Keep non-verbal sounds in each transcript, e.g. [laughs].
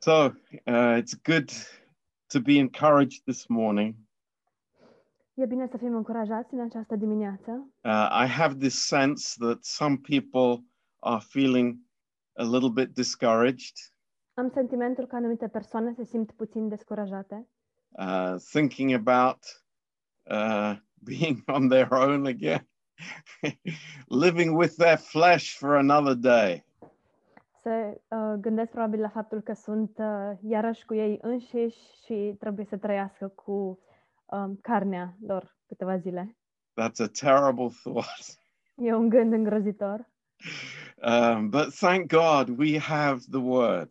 So uh, it's good to be encouraged this morning. E bine să fim încurajați în această dimineață. Uh, I have this sense that some people are feeling a little bit discouraged, Am sentimentul că anumite persoane se simt puțin descurajate, uh, thinking about uh, [laughs] being on their own again, [laughs] living with their flesh for another day. se uh, gândesc probabil la faptul că sunt uh, iarăși cu ei înșiși și trebuie să trăiască cu um, carnea lor câteva zile. That's a terrible [laughs] thought. E un gând îngrozitor, Um, but thank God we have the word.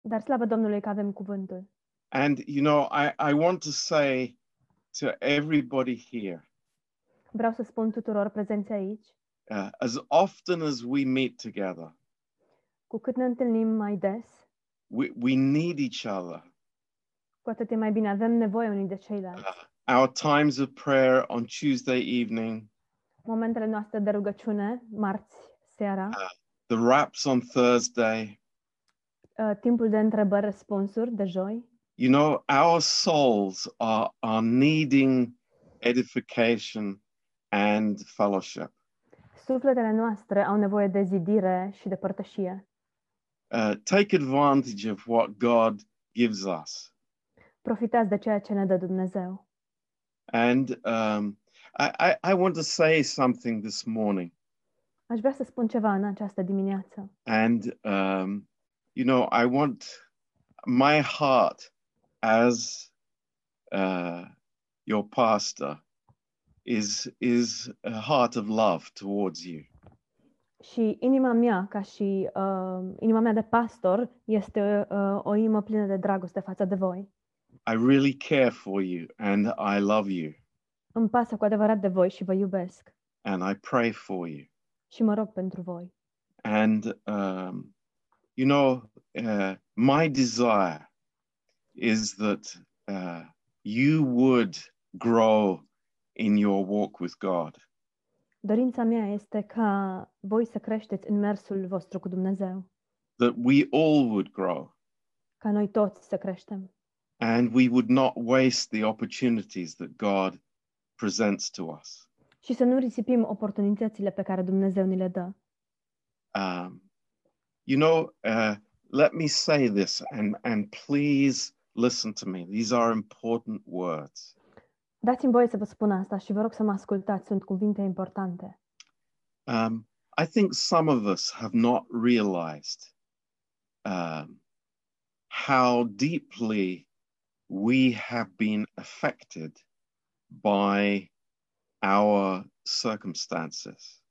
dar slavă Domnului că avem cuvântul. And, you know, I, I want to say to everybody here, Vreau să spun tuturor prezenți aici, uh, as often as we meet together, cu cât ne întâlnim mai des, we, we need each other. cu atât e mai bine, avem nevoie unii de ceilalți. Uh, our times of prayer on Tuesday evening, Momentele noastre de rugăciune, marți seara, the wraps on Thursday, uh, timpul de întrebări-răspunsuri de joi, you know, our souls are, are needing edification and fellowship. Sufletele noastre au nevoie de zidire și de părtășie. Uh, take advantage of what God gives us. Profitați de ceea ce ne dă Dumnezeu. And um, I, I, I want to say something this morning. Aș vrea să spun ceva în această dimineață. And, um, you know, I want my heart as uh, your pastor is, is a heart of love towards you. Și inima mea, ca și uh, inima mea de pastor, este uh, o inimă plină de dragoste față de voi. I really care for you and I love you Îmi pasă cu adevărat de voi și vă iubesc. and I pray for you. Și mă rog pentru voi. And, um, you know, uh, my desire is that uh, you would grow in your walk with God. Dorința mea este ca voi să creșteți în mersul vostru cu Dumnezeu, that we all would grow ca noi toți să creștem and we would not waste the opportunities that God presents to us. și să nu risipim oportunitățile pe care Dumnezeu ni le dă. Um, you know, uh, let me say this and, and please listen to me. These are important words. Dați-mi voie să vă spun asta și vă rog să mă ascultați, sunt cuvinte importante. Um, I think some of us have not realized um, how deeply we have been affected by our circumstances.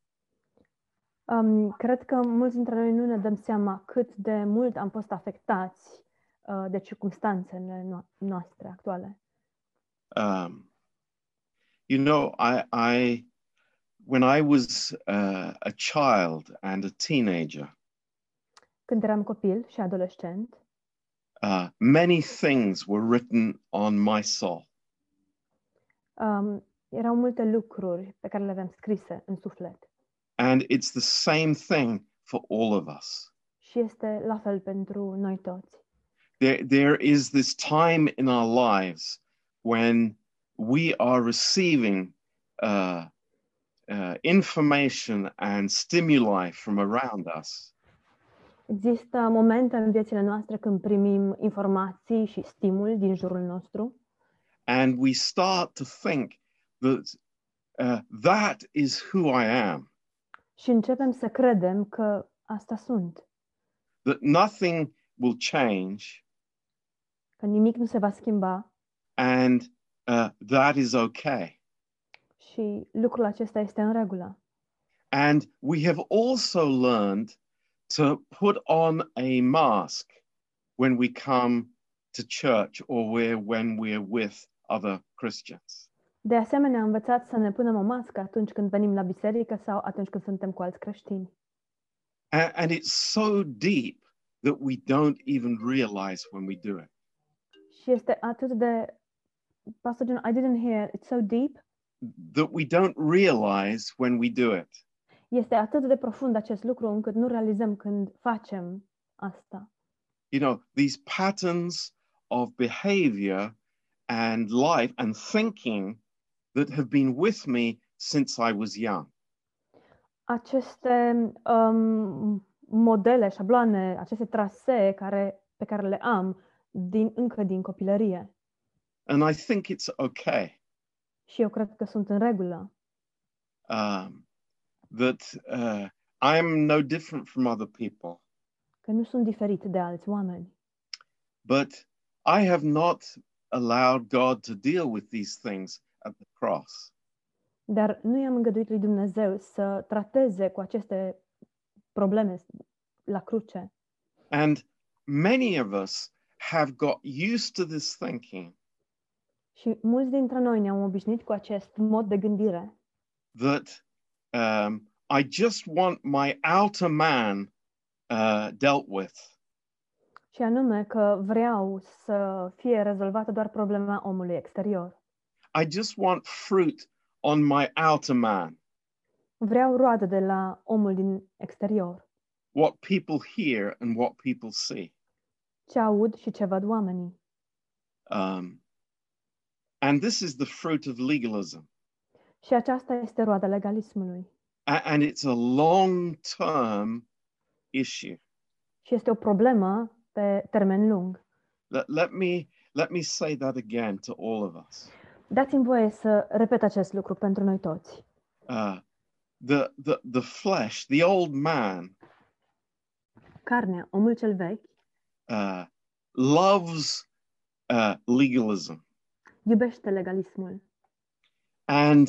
Um, cred că mulți dintre noi nu ne dăm seama cât de mult am fost afectați uh, de circumstanțele no- noastre actuale. Um, you know, I, I, when I was uh, a child and a teenager, Când eram copil și adolescent, uh, many things were written on my soul. um, erau multe lucruri pe care le aveam scrise în suflet And it's the same thing for all of us. și este la fel pentru noi toți. There, there is this time in our lives when we are receiving uh, uh, information and stimuli from around us. Există momente în viețile noastre când primim informații și stimul din jurul nostru and we start to think that uh, that is who I am, și începem să credem că asta sunt, that nothing will change, că nimic nu se va schimba and uh, that is okay. și lucrul acesta este în regulă. And we have also learned to put on a mask when we come to church or where, when we're with other Christians. De asemenea, am învățat să ne punem o mască atunci când venim la biserică sau atunci când suntem cu alți creștini. A- and it's so deep that we don't even realize when we do it. Și este atât de... Pastor John, I didn't hear, it's so deep. That we don't realize when we do it. Este atât de profund acest lucru încât nu realizăm când facem asta. you know, these patterns of behavior and life and thinking that have been with me since I was young. Aceste um, modele, șabloane, aceste trasee care, pe care le am din, încă din copilărie. And I think it's okay Și eu cred că sunt în regulă. um, that uh, I'm no different from other people, că nu sunt diferit de alți oameni, but I have not allowed God to deal with these things at the cross. dar nu i-am îngăduit lui Dumnezeu să trateze cu aceste probleme la cruce. And many of us have got used to this thinking Și mulți dintre noi ne-am obișnuit cu acest mod de gândire, that um, I just want my outer man uh, dealt with. și anume că vreau să fie rezolvată doar problema omului exterior. I just want fruit on my outer man, Vreau roadă de la omul din exterior, what people hear and what people see. ce aud și ce văd oamenii. Um, and this is the fruit of legalism. Și aceasta este roada legalismului A- and it's a long term issue. și este o problemă pe termen lung. Let, let me let me say that again to all of us. Dați-mi voie să repet acest lucru pentru noi toți. Uh, the, the the flesh, the old man, Carnea, omul cel vechi, uh, loves uh, legalism, iubește legalismul. and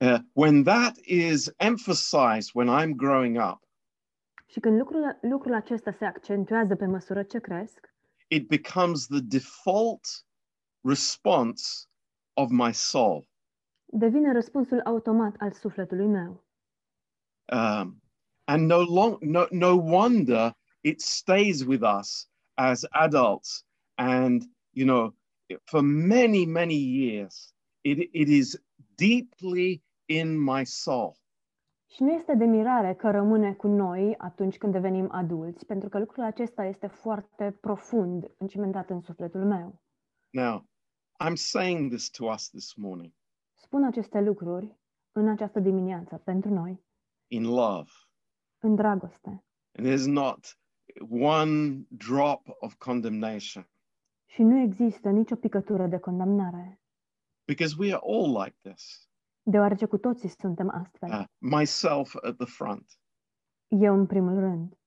uh, when that is emphasized when I'm growing up, Și când lucrul, lucrul acesta se accentuează pe măsură ce cresc, it becomes the default response of my soul. devine răspunsul automat al sufletului meu. Um, and no long no no wonder it stays with us as adults and you know for many many years it, it is deeply in my soul Și nu este de mirare că rămâne cu noi atunci când devenim adulți, pentru că lucrul acesta este foarte profund încimentat în sufletul meu. now i'm saying this to us this morning Spun aceste lucruri în această dimineață pentru noi, in love în dragoste. and there's not one drop of condemnation Și nu există nicio picătură de condamnare, because we are all like this deoarece cu toții suntem astfel. uh, myself at the front Eu în primul rând.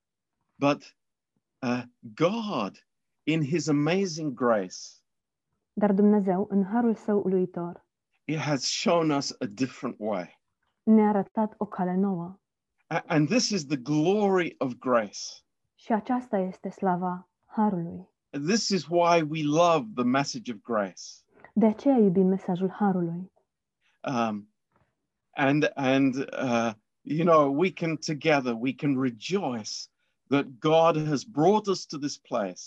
But uh, God, in His amazing grace, Dar Dumnezeu, în harul său uluitor, it has shown us a different way. ne-a arătat o cale nouă. A- And this is the glory of grace. Și aceasta este slava harului. This is why we love the message of grace. De aceea iubim mesajul harului. Um, and and uh, you know, we can together we can rejoice that God has brought us to this place.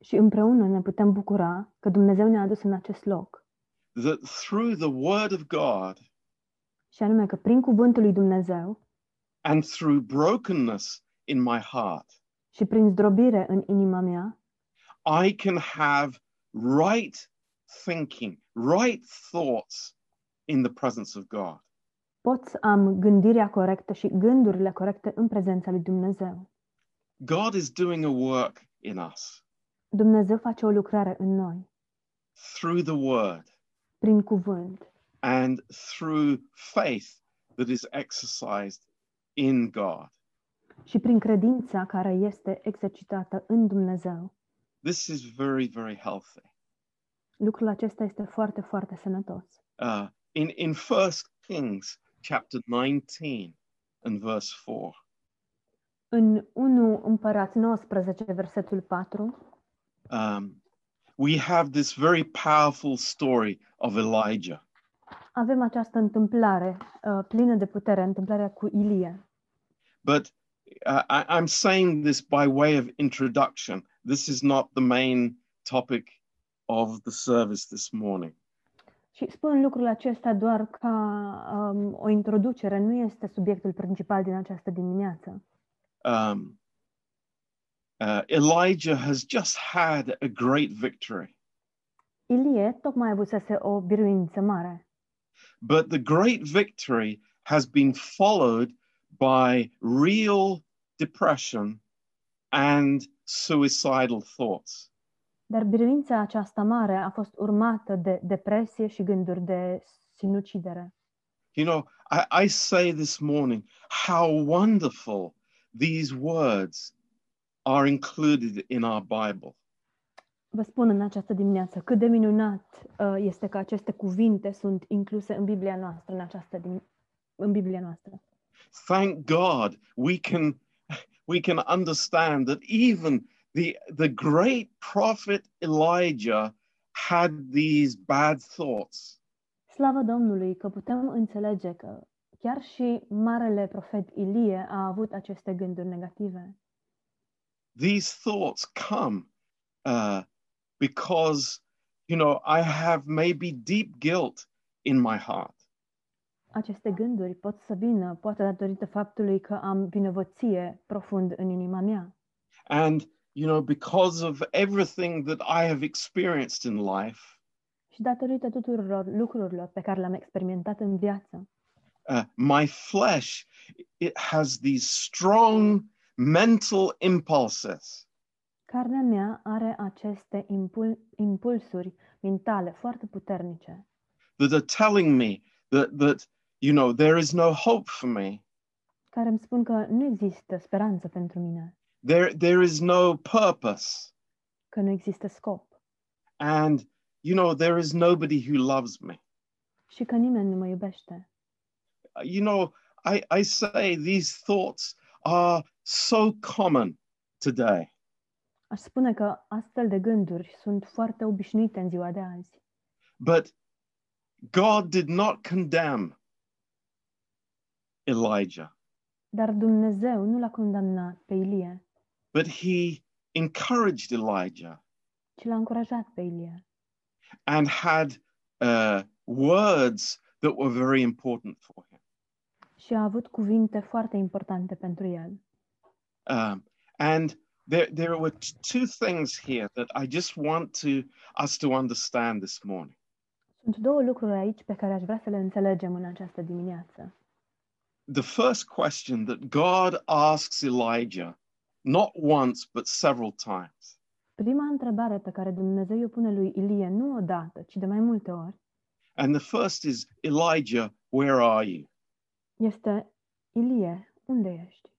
Și împreună ne putem bucura că Dumnezeu ne-a adus în acest loc. That through the Word of God Și anume că prin cuvântul lui Dumnezeu and through brokenness in my heart, și prin zdrobire în inima mea, I can have right thinking, right thoughts in the presence of God. pot să am gândirea corectă și gândurile corecte în prezența lui Dumnezeu. God is doing a work in us Dumnezeu face o lucrare în noi, through the word prin cuvânt and through faith that is exercised in God. și prin credința care este exercitată în Dumnezeu. This is very, very healthy. Lucrul acesta este foarte, foarte sănătos. Uh, in, in 1 Kings chapter 19 and verse 4, În 1 Împărat 19, versetul 4, um, we have this very powerful story of Elijah. avem această întâmplare uh, plină de putere, întâmplarea cu Ilie. but uh, I, I'm saying this by way of introduction. This is not the main topic of the service this morning. Și spun lucrul acesta doar ca um, o introducere, nu este subiectul principal din această dimineață. Um, Uh, Elijah has just had a great victory, Ilie tocmai avusese o biruință mare, but the great victory has been followed by real depression and suicidal thoughts. dar biruința aceasta mare a fost urmată de depresie și gânduri de sinucidere. You know, I, I say this morning how wonderful these words are included in our Bible. Vă spun în această dimineață cât de minunat uh, este că aceste cuvinte sunt incluse în Biblia noastră, în această dim- în Biblia noastră. Thank God we can we can understand that even the the great prophet Elijah had these bad thoughts. Slavă Domnului că putem înțelege că chiar și marele profet Ilie a avut aceste gânduri negative. these thoughts come uh, because you know I have maybe deep guilt in my heart. Aceste gânduri pot să vină, poate datorită faptului că am vinovăție profund în inima mea. And you know, because of everything that I have experienced in life, Și datorită tuturor lucrurilor pe care le-am experimentat în viață, uh, my flesh it has these strong mental impulses. carnea mea are aceste impul- impulsuri mentale foarte puternice, that are telling me that that you know there is no hope for me. care îmi spun că nu există speranță pentru mine, There there is no purpose, că nu există scop and you know there is nobody who loves me. și că nimeni nu mă iubește. Uh, you know, I, I say these thoughts are so common today. Aș spune că astfel de gânduri sunt foarte obișnuite în ziua de azi, But God did not condemn Elijah, dar Dumnezeu nu l-a condamnat pe Ilie, but he encouraged Elijah ci l-a încurajat pe Ilie and had uh, words that were very important for him. și a avut cuvinte foarte importante pentru el. Um, and there, there were t- two things here that I just want to, us to understand this morning. Sunt două lucruri aici pe care aș vrea să le înțelegem în această dimineață. the first question that God asks Elijah, not once, but several times, Prima întrebare pe care Dumnezeu o pune lui Ilie nu odată, ci de mai multe ori, and the first is, Elijah, where are you? este Ilie, unde ești?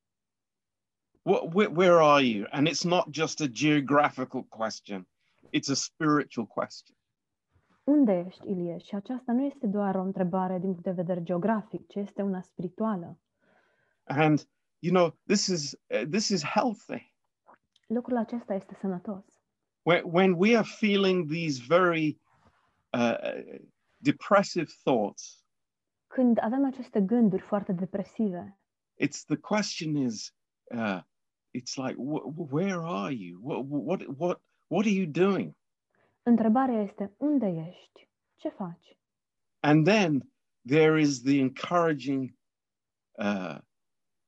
Wh- wh- where are you? And it's not just a geographical question, it's a spiritual question. Unde ești, Ilie? Și aceasta nu este doar o întrebare din punct de vedere geografic, ci este una spirituală. And, you know, this is, uh, this is healthy. Lucrul acesta este sănătos. When, when we are feeling these very uh, depressive thoughts, Când avem aceste gânduri foarte depresive, it's the question is uh, it's like wh- wh- where are you what what what what are you doing întrebarea este unde ești? Ce faci? and then there is the encouraging uh,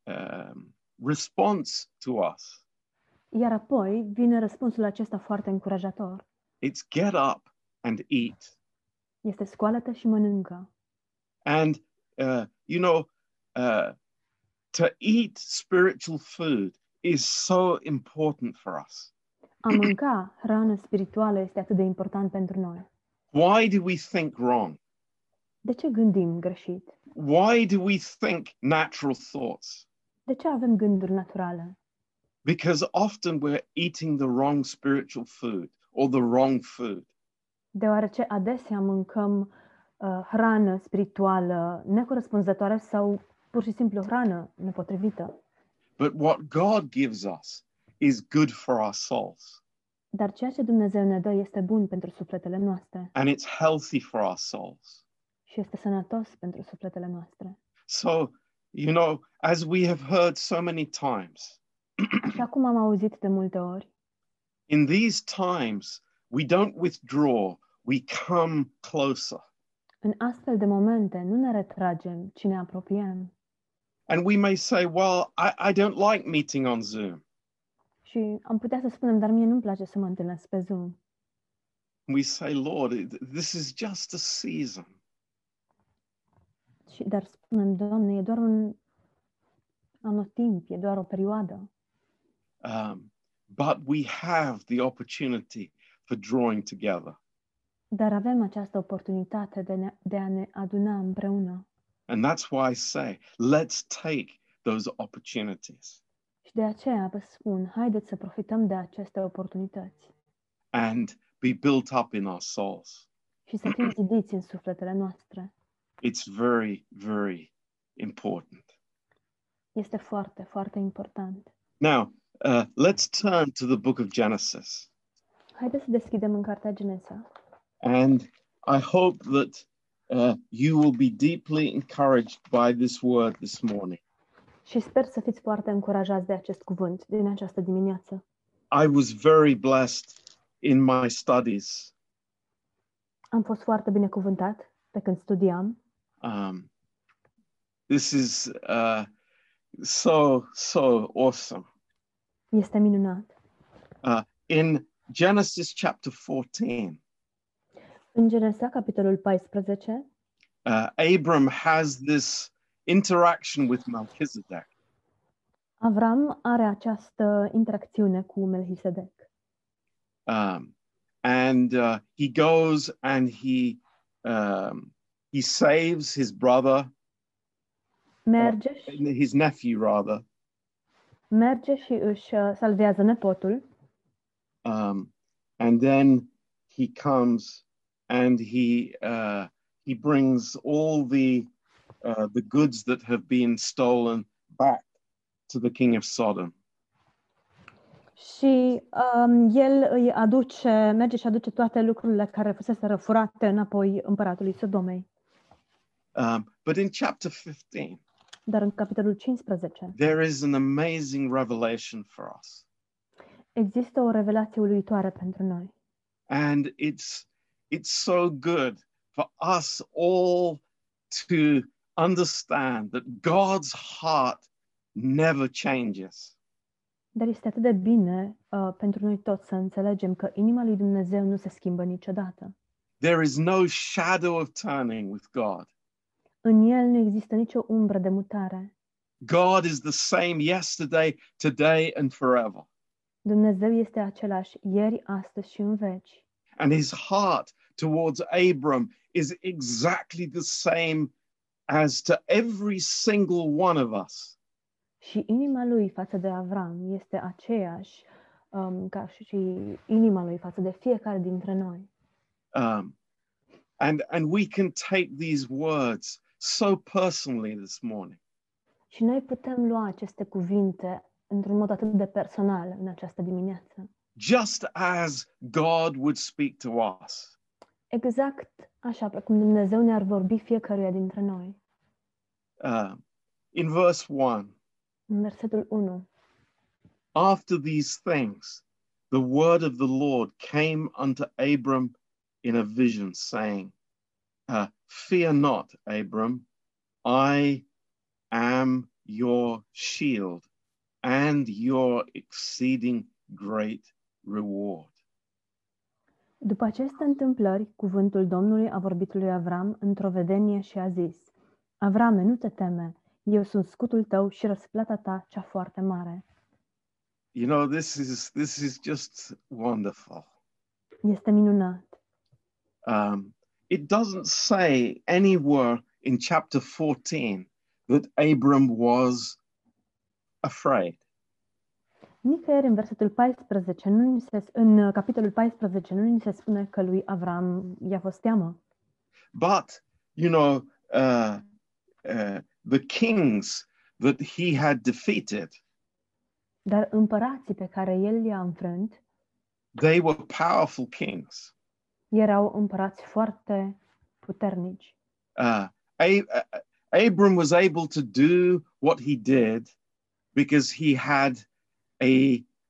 um, response to us Iar apoi vine răspunsul acesta foarte încurajator. it's get up and eat Este scoală-te și mănâncă. and uh, you know uh, to eat spiritual food is so important for us A mânca hrană spirituală este atât de important pentru noi. why do we think wrong De ce gândim greșit? why do we think natural thoughts De ce avem gânduri naturale? because often we're eating the wrong spiritual food or the wrong food. Deoarece adesea mâncăm uh, hrană spirituală necorespunzătoare sau pur și simplu hrană nepotrivită. But what God gives us is good for our souls Dar ceea ce Dumnezeu ne dă este bun pentru sufletele noastre and it's healthy for our souls. și este sănătos pentru sufletele noastre. So, you know, as we have heard so many times, Așa cum am auzit de multe ori, in these times, we don't withdraw, we come closer. în astfel de momente nu ne retragem, ci ne apropiem. And we may say, well, I, I don't like meeting on Zoom. Și am putea să spunem, dar mie nu-mi place să mă întâlnesc pe Zoom. We say, Lord, it- this is just a season. Și, dar spunem, Doamne, e doar un anotimp, e doar o perioadă. Um, but we have the opportunity for drawing together. Dar avem această oportunitate de, ne, de a ne aduna împreună. And that's why I say, let's take those opportunities Și de aceea vă spun, haideți să profităm de aceste oportunități and be built up in our souls. și să fim zidiți în sufletele noastre. It's very, very important. Este foarte, foarte important. Now, uh, let's turn to the book of Genesis. Haideți să deschidem în Cartea Genesa And I hope that uh, you will be deeply encouraged by this word this morning. și sper să fiți foarte încurajați de acest cuvânt din această dimineață. I was very blessed in my studies. Am fost foarte binecuvântat pe când studiam. Um, this is uh, so, so awesome. Este minunat. In Genesis chapter 14, În Genesa, capitolul 14, uh, Abram has this interaction with Melchizedek. Avram are această interacțiune cu Melchisedec Um, and uh, he goes and he, um, he saves his brother Merge și, his nephew rather, merge și își uh, salvează nepotul um, and then he comes and he uh, he brings all the uh, the goods that have been stolen back to the king of Sodom. și um, el îi aduce, merge și aduce toate lucrurile care fusese furate înapoi împăratului Sodomei. Um, but in chapter 15, Dar în capitolul 15 there is an amazing revelation for us, există o revelație uluitoare pentru noi and it's it's so good for us all to understand that God's heart never changes. Dar este atât de bine uh, pentru noi toți să înțelegem că inima lui Dumnezeu nu se schimbă niciodată. There is no shadow of turning with God. În el nu există nicio umbră de mutare. God is the same yesterday, today, and forever. Dumnezeu este același ieri, astăzi și în veci. And his heart towards Abram is exactly the same as to every single one of us. Și inima lui față de Avram este aceeași um, ca și și inima lui față de fiecare dintre noi. Um, and, and we can take these words so personally this morning. Și noi putem lua aceste cuvinte într-un mod atât de personal în această dimineață. Just as God would speak to us, Exact așa, precum Dumnezeu ne-ar vorbi fiecăruia dintre noi. Um, in verse 1, În versetul 1. After these things, the word of the Lord came unto Abram in a vision, saying, uh, Fear not, Abram, I am your shield and your exceeding great reward. După aceste întâmplări, cuvântul Domnului a vorbit lui Avram într-o vedenie și a zis, Avrame, nu te teme, eu sunt scutul tău și răsplata ta cea foarte mare. You know, this is this is just wonderful. Este minunat. Um, it doesn't say anywhere in chapter 14 that Abram was afraid. Nicăieri în versetul 14, nu ni se, în uh, capitolul 14, nu ni se spune că lui Avram i-a fost teamă. But, you know, uh, uh, the kings that he had defeated, Dar împărații pe care el i-a înfrânt they were powerful kings. erau împărați foarte puternici. Uh, A- A- Abram was able to do what he did because he had a,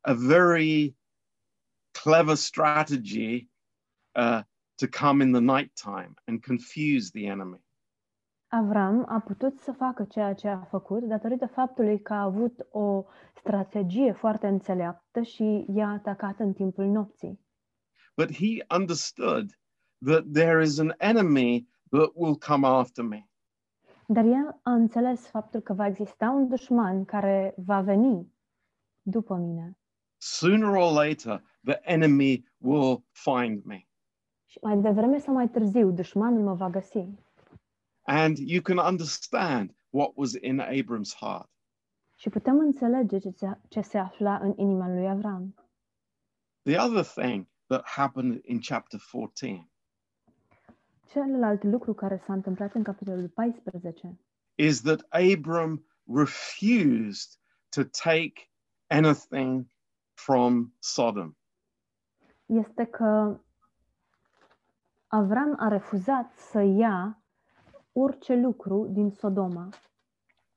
a very clever strategy uh, to come in the nighttime and confuse the enemy. Avram a putut să facă ceea ce a făcut datorită faptului că a avut o strategie foarte înțeleaptă și i-a atacat în timpul nopții. But he understood that there is an enemy that will come after me. Dar el a înțeles faptul că va exista un dușman care va veni după mine Sooner or later, the enemy will find me. și mai devreme sau mai târziu dușmanul mă va găsi. And you can understand what was in Abram's heart. Și putem înțelege ce se, ce se afla în inima lui Avram. The other thing that happened in chapter 14 Celălalt lucru care s-a întâmplat în capitolul 14 is that Abram refused to take anything from Sodom. este că Avram a refuzat să ia orice lucru din Sodoma.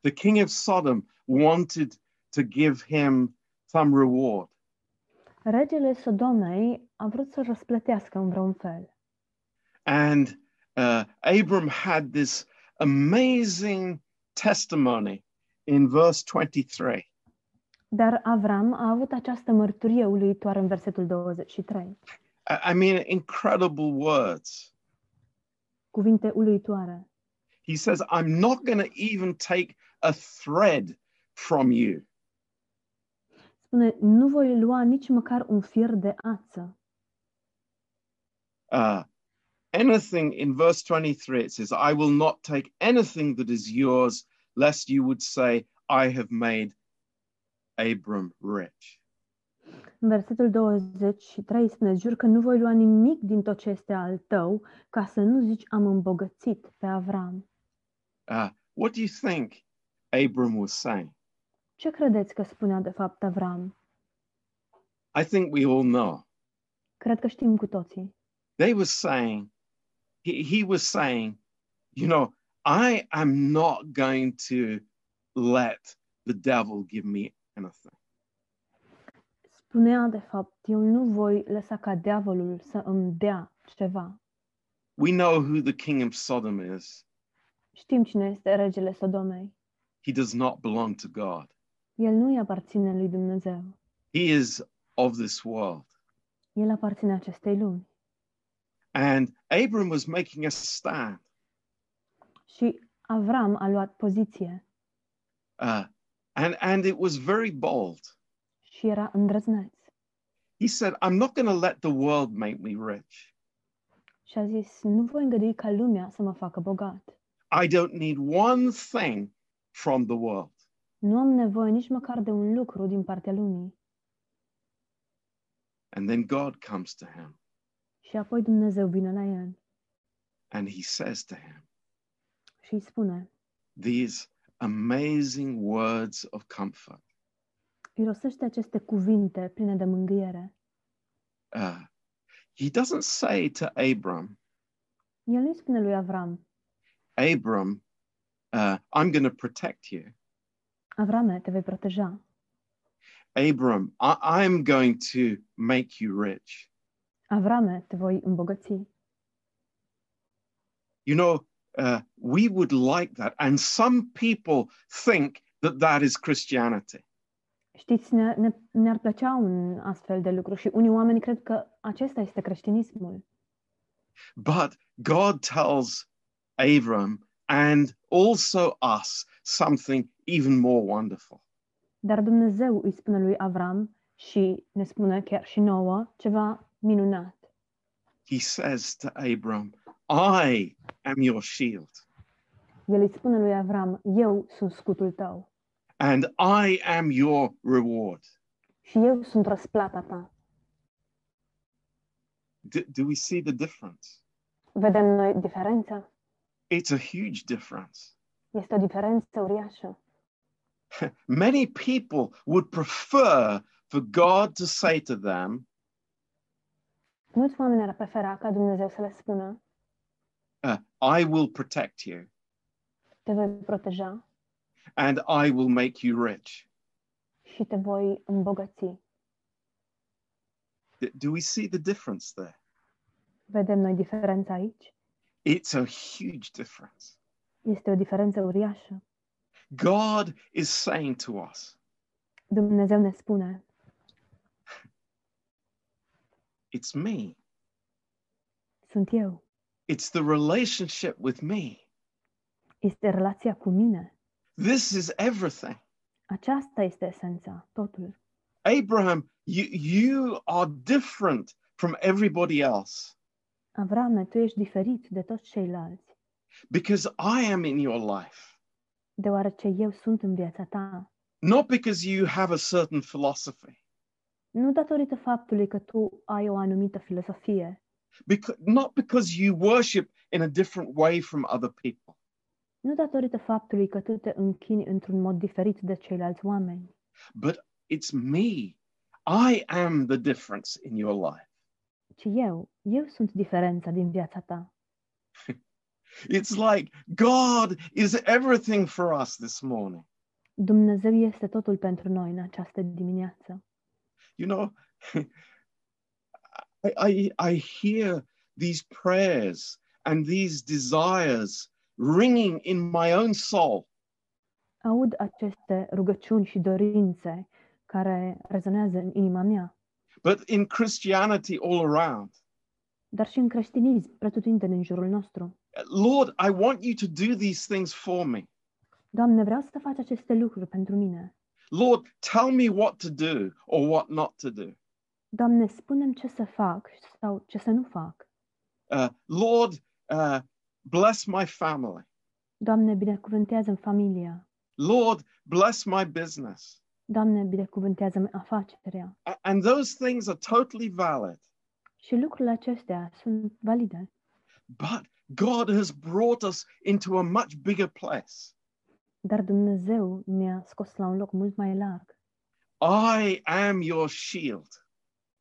The king of Sodom wanted to give him some reward, Regele Sodomei a vrut să răsplătească în vreun fel. and uh, Abram had this amazing testimony in verse 23. Dar Avram a avut această mărturie uluitoare în versetul 23. I I mean, incredible words. Cuvinte uluitoare. He says, I'm not going to even take a thread from you. Spune, nu voi lua nici măcar un fir de ață. Uh, anything in verse 23, it says, I will not take anything that is yours, lest you would say, I have made Abram rich. În versetul 23 spune, jur că nu voi lua nimic din tot ce este al tău, ca să nu zici am îmbogățit pe Avram. Uh, what do you think Abram was saying? Ce credeți că spunea de fapt Avram? I think we all know. Cred că știm cu toții. They were saying, he, he was saying, you know, I am not going to let the devil give me anything. Spunea de fapt, eu nu voi lăsa ca diavolul să îmi dea ceva. We know who the king of Sodom is. Știm cine este regele Sodomei. He does not belong to God. El nu îi aparține lui Dumnezeu. He is of this world. El aparține acestei lumi. And Abram was making a stand. Și Avram a luat poziție Uh, and, and it was very bold. și era îndrăzneț. He said, I'm not going to let the world make me rich. Și a zis, nu voi îngădui ca lumea să mă facă bogat. I don't need one thing from the world. Nu am nevoie nici măcar de un lucru din partea lumii. And then God comes to him Și apoi Dumnezeu vine la el and he says to him și îi spune, these amazing words of comfort. îi rostește aceste cuvinte pline de mângâiere. Uh, he doesn't say to Abram, El nu spune lui Avram, Abram, uh, I'm going to protect you. Avrame, te vei proteja. Abram, I- I'm going to make you rich. Avrame, te voi îmbogăți. You know, uh, we would like that. And some people think that that is Christianity. Știți, ne, ne, ne-ar plăcea un astfel de lucru și unii oameni cred că acesta este creștinismul. But God tells Abram and also us something even more wonderful. Dar Dumnezeu îi spune lui Avram și ne spune chiar și nouă ceva minunat. He says to Abram, I am your shield El îi spune lui Avram, eu sunt scutul tău and I am your reward. și eu sunt răsplata ta. D- do we see the difference? Vedem noi diferența? It's a huge difference. Este o diferență uriașă. Many people would prefer for God to say to them, Mulți oameni ar prefera ca Dumnezeu să le spună, uh, I will protect you te voi proteja and I will make you rich. și te voi îmbogăți. D- do we see the difference there? Vedem noi diferența aici? It's a huge difference. Este o diferență uriașă. God is saying to us, Dumnezeu ne spune, It's me. sunt eu. It's the relationship with me. Este relația cu mine. This is everything. Aceasta este esența, totul. Abraham, you, you are different from everybody else Avrame, tu ești diferit de toți ceilalți, because I am in your life, deoarece eu sunt în viața ta. not because you have a certain philosophy, Nu datorită faptului că tu ai o anumită filosofie, because, not because you worship in a different way from other people, nu datorită faptului că tu te închini într-un mod diferit de ceilalți oameni, but it's me. I am the difference in your life. ci eu, eu sunt diferența din viața ta. It's like God is everything for us this morning. Dumnezeu este totul pentru noi în această dimineață. You know, [laughs] I, I, I hear these prayers and these desires ringing in my own soul. Aud aceste rugăciuni și dorințe care rezonează în inima mea, but in Christianity all around. dar și în creștinism, pretutindeni în jurul nostru. Lord, I want you to do these things for me. Doamne, vreau să faci aceste lucruri pentru mine. Lord, tell me what to do or what not to do. Doamne, spunem ce să fac sau ce să nu fac. Uh, Lord, uh, bless my family. Doamne, binecuvântează-mi familia. Lord, bless my business. Doamne, binecuvântează-mi afacerea. A- And those things are totally valid. Și lucrurile acestea sunt valide. But God has brought us into a much bigger place. Dar Dumnezeu ne-a scos la un loc mult mai larg. I am your shield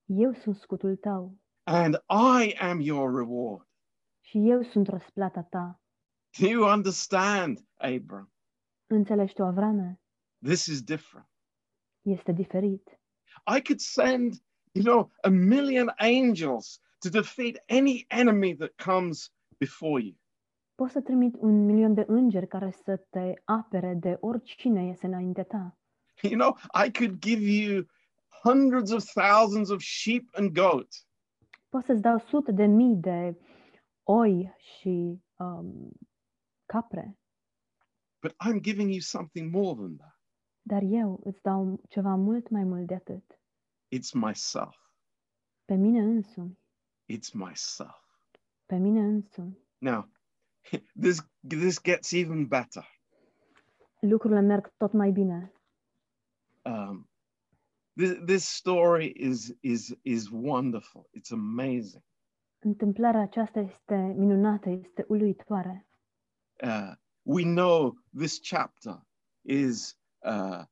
Eu sunt scutul tău and I am your reward. și eu sunt răsplata ta. Do you understand, Abram? Înțelegi tu, Avrame? This is different. Este diferit. I could send, you know, a million angels to defeat any enemy that comes before you. Poți să trimit un milion de îngeri care să te apere de oricine este înaintea ta. You know, I could give you hundreds of thousands of sheep and goats, Poți să-ți dau sute de mii de oi și um, capre, but I'm giving you something more than that. dar eu îți dau ceva mult mai mult de atât. It's myself. Pe mine însumi, It's myself. pe mine însumi. Now, [laughs] this this gets even better. Lucrurile merg tot mai bine. Um, this, this story is is is wonderful. It's amazing. Întâmplarea aceasta este minunată, este uluitoare. uh, we know this chapter is uh,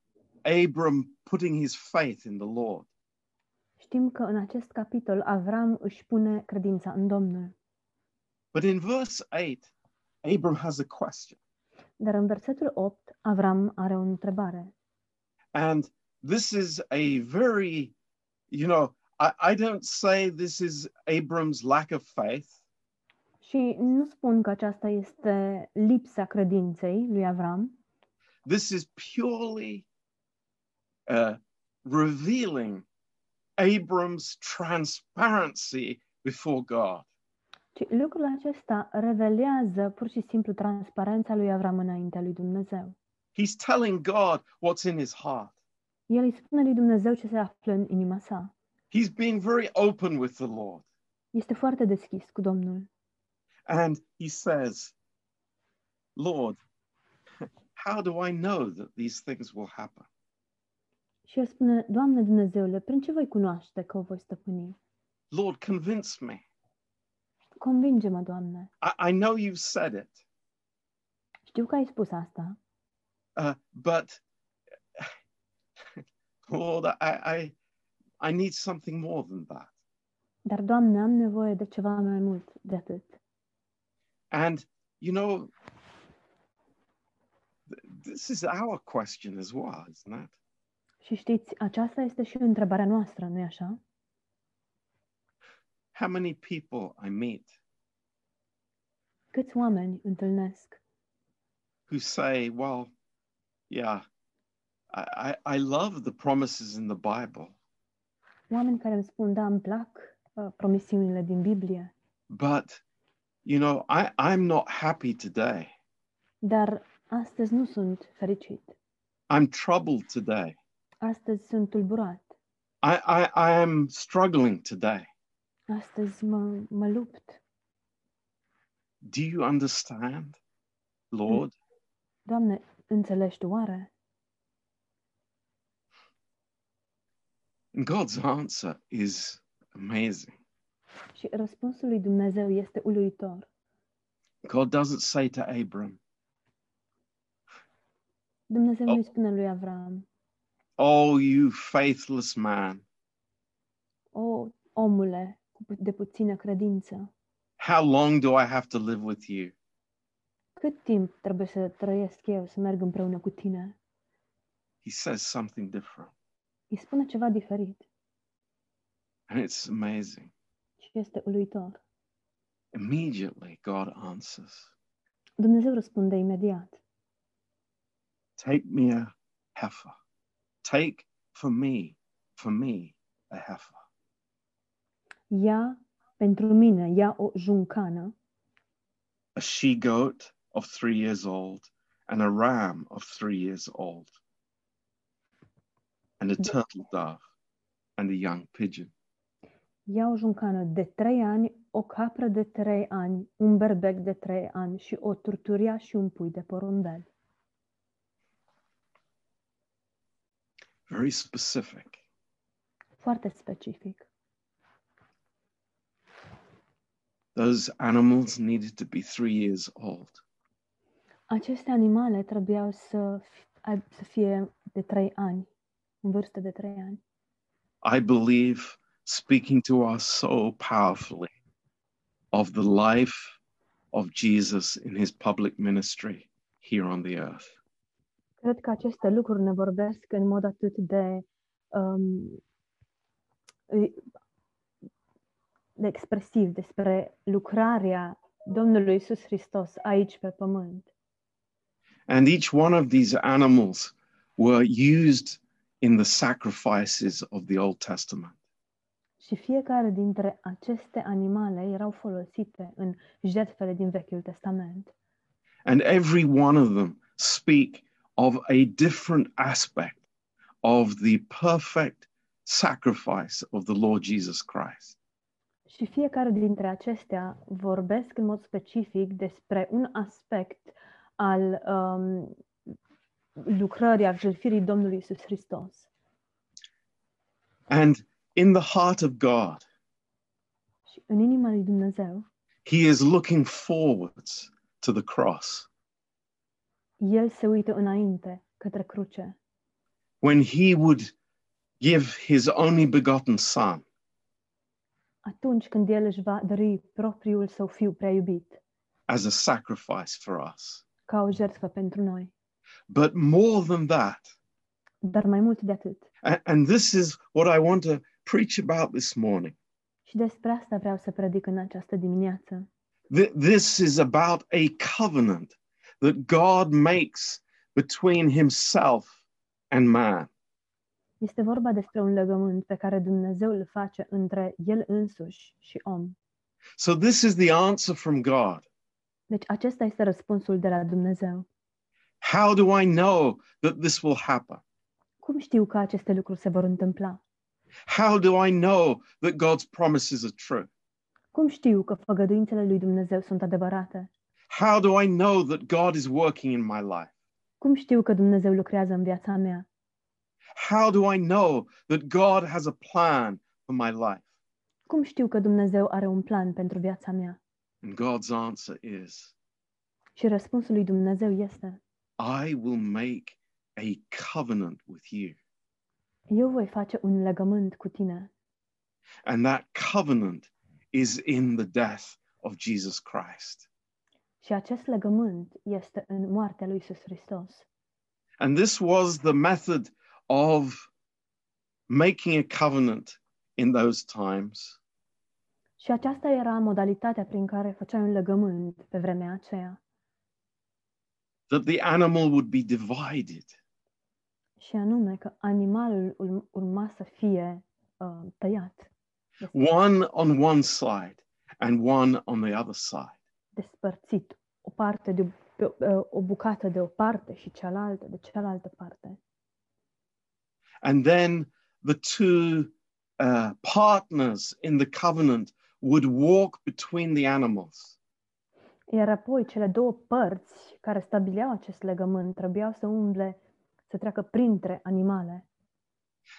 Abram putting his faith in the Lord. Știm că în acest capitol Avram își pune credința în Domnul, But in verse 8, Abram has a question. dar în versetul 8 Avram are o întrebare. And this is a very, you know, I, I don't say this is Abram's lack of faith. Și nu spun că aceasta este lipsa credinței lui Avram, This is purely uh, revealing Abram's transparency before God. Ci lucrul acesta revelează pur și simplu transparența lui Avram înaintea lui Dumnezeu. He's telling God what's in his heart. El îi spune lui Dumnezeu ce se află în inima sa. he's being very open with the Lord. Este foarte deschis cu Domnul And he says, Lord, how do I know that these things will happen? și el spune, Doamne Dumnezeule, prin ce voi cunoaște că o voi stăpâni? Lord, convince me. Convinge-mă, Doamne. I, I know you've said it, Știu că ai spus asta, uh, but [sighs] Lord, I, I, I need something more than that. dar, Doamne, am nevoie de ceva mai mult de atât. And, you know, th- this is our question as well, isn't it? Și știți, aceasta este și întrebarea noastră, nu-i așa? How many people I meet Câți oameni întâlnesc who say, well, yeah, I, I, I love the promises in the Bible, Oameni care îmi spun, da, îmi plac uh, promisiunile din Biblie, but, you know, I, I'm not happy today. dar astăzi nu sunt fericit. I'm troubled today. Astăzi sunt tulburat. I, I, I am struggling today. Astăzi mă, mă lupt. Do you understand, Lord? Doamne, înțelegi tu oare? And God's answer is amazing. Și răspunsul lui Dumnezeu este uluitor. God doesn't say to Abram, Dumnezeu Oh. nu-i spune lui Avram, Oh, you faithless man, o, omule cu pu- de puțină credință, how long do I have to live with you? cât timp trebuie să trăiesc eu, să merg împreună cu tine? He says something different. Îi spune ceva diferit And it's amazing. și este uluitor. Immediately, God answers, Dumnezeu răspunde imediat. Take me a heifer. Take for me, for me, a heifer. Ia pentru mine, ia o juncană, a she goat of three years old and a ram of three years old and a turtle dove and a young pigeon. ia o juncană de trei ani, o capră de trei ani, un berbec de trei ani și o turturia și un pui de porumbel. Very specific. Foarte specific. Those animals needed to be three years old. Aceste animale trebuiau să, fi- ai- să fie de trei ani, în vârstă de trei ani. I believe speaking to us so powerfully of the life of Jesus in his public ministry here on the earth. Cred că aceste lucruri ne vorbesc în mod atât de, um, îi- de expresiv despre lucrarea Domnului Isus Hristos aici pe pământ. And each one of these animals were used in the sacrifices of the Old Testament. Și fiecare dintre aceste animale erau folosite în jertfele din Vechiul Testament. And every one of them speak of a different aspect of the perfect sacrifice of the Lord Jesus Christ. Și fiecare dintre acestea vorbesc în mod specific despre un aspect al um, lucrării, al jertfirii Domnului Isus Hristos. And in the heart of God, Și în inima lui Dumnezeu, he is looking forwards to the cross. El se uită înainte, către cruce, When he would give his only begotten son atunci când El își va dărui propriul său fiu prea iubit, as a sacrifice for us. ca o jertfă pentru noi. But more than that, Dar mai mult de atât. A- And this is what I want to preach about this morning. Și despre asta vreau să predic în această dimineață. Th- This is about a covenant that God makes between himself and man. Este vorba despre un legământ pe care Dumnezeu îl face între El însuși și om. So, this is the answer from God. Deci acesta este răspunsul de la Dumnezeu. How do I know that this will happen? Cum știu că aceste lucruri se vor întâmpla? How do I know that God's promises are true? Cum știu că făgăduințele lui Dumnezeu sunt adevărate? How do I know that God is working in my life? Cum știu că Dumnezeu lucrează în viața mea? How do I know that God has a plan for my life? Cum știu că Dumnezeu are un plan pentru viața mea? And God's answer is Și răspunsul lui Dumnezeu este, I will make a covenant with you. eu voi face un legământ cu tine. And that covenant is in the death of Jesus Christ. Și acest legământ este în moartea lui Isus Hristos. And this was the method of making a covenant in those times. Și aceasta era modalitatea prin care făceai un legământ pe vremea aceea. that the animal would be divided. și anume că animalul ur- urma să fie uh, tăiat, one on one side and one on the other side. despărțit, o parte de pe, uh, o bucată de o parte și cealaltă de cealaltă parte. And then the two uh, partners in the covenant would walk between the animals. Iar apoi cele două părți care stabileau acest legământ trebuiau să umble, să treacă printre animale.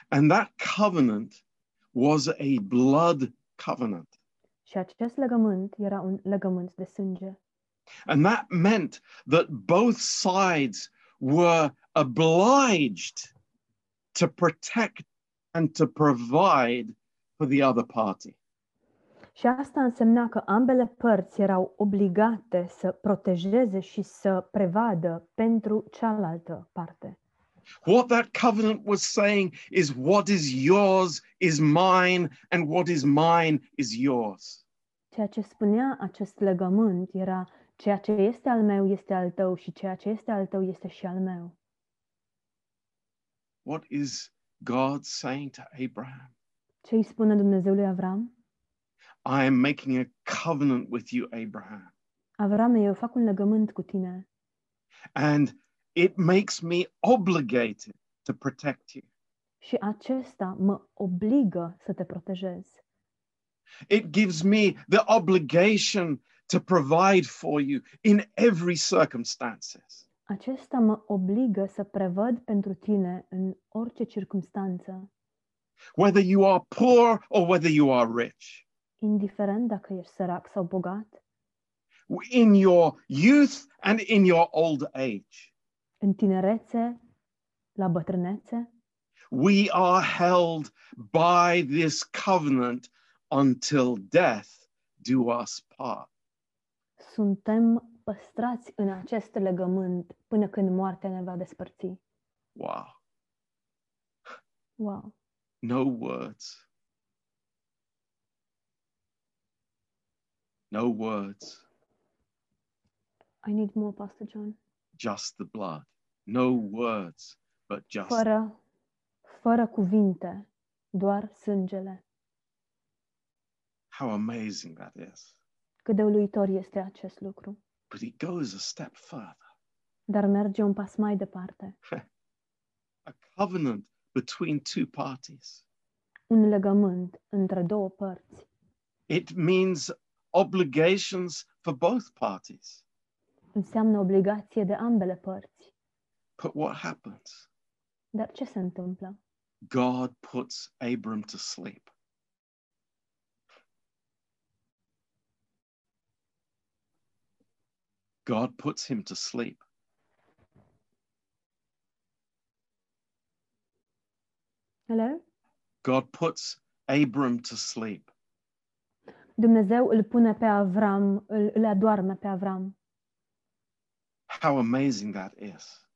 And that covenant was a blood covenant. Și acest legământ era un legământ de sânge. And that meant that both sides were obliged to protect and to provide for the other party. Și asta însemna că ambele părți erau obligate să protejeze și să prevadă pentru cealaltă parte. What that covenant was saying is what is yours is mine, and what is mine is yours. Ceea ce spunea acest legământ era ceea ce este al meu este al tău și ceea ce este al tău este și al meu. What is God saying to Abraham? Ce îi spune Dumnezeu lui Avram? I am making a covenant with you, Abraham, Avrame, eu fac un legământ cu tine and it makes me obligated to protect you. și acesta mă obligă să te protejez. It gives me the obligation to provide for you in every circumstances. Acesta mă obligă să prevăd pentru tine în orice circunstanță, Whether you are poor or whether you are rich, indiferent dacă ești sărac sau bogat, in your youth and in your old age. în tinerețe, la bătrânețe, We are held by this covenant until death do us part. suntem păstrați în acest legământ până când moartea ne va despărți. Wow. Wow! No words. No words, I need more, Pastor John. just the blood. No words, but just Fără, fără cuvinte, doar sângele. how amazing that is. Cât de uluitor este acest lucru. But he goes a step further. Dar merge un pas mai departe. A covenant between two parties. Un legământ între două părți. It means obligations for both parties. Înseamnă obligație de ambele părți. But what happens? Dar ce se întâmplă? God puts Abram to sleep. God puts him to sleep. Hello? God puts Abram to sleep. Dumnezeu îl pune pe Avram, îl, îl adoarme pe Avram. How amazing that is.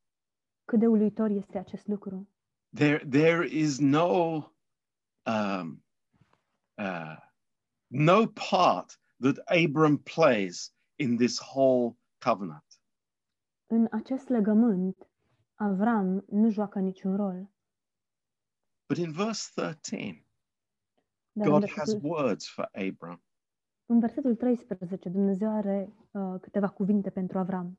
Cât de uluitor este acest lucru. There, there is no, um, uh, no part that Abram plays in this whole covenant. În acest legământ, Avram nu joacă niciun rol. But in verse 13, Dar în God has versetul- words for Abram. În versetul 13, Dumnezeu are uh, câteva cuvinte pentru Avram.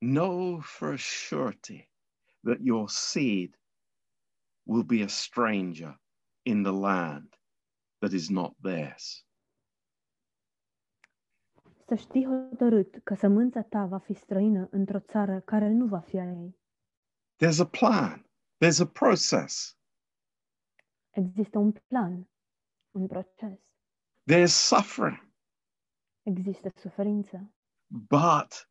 know for a surety that your seed will be a stranger in the land that is not theirs. Să știi hotărât că sămânța ta va fi străină într-o țară care nu va fi a ei. There's a plan, there's a process, Există un plan, un proces, there's suffering, există suferință, but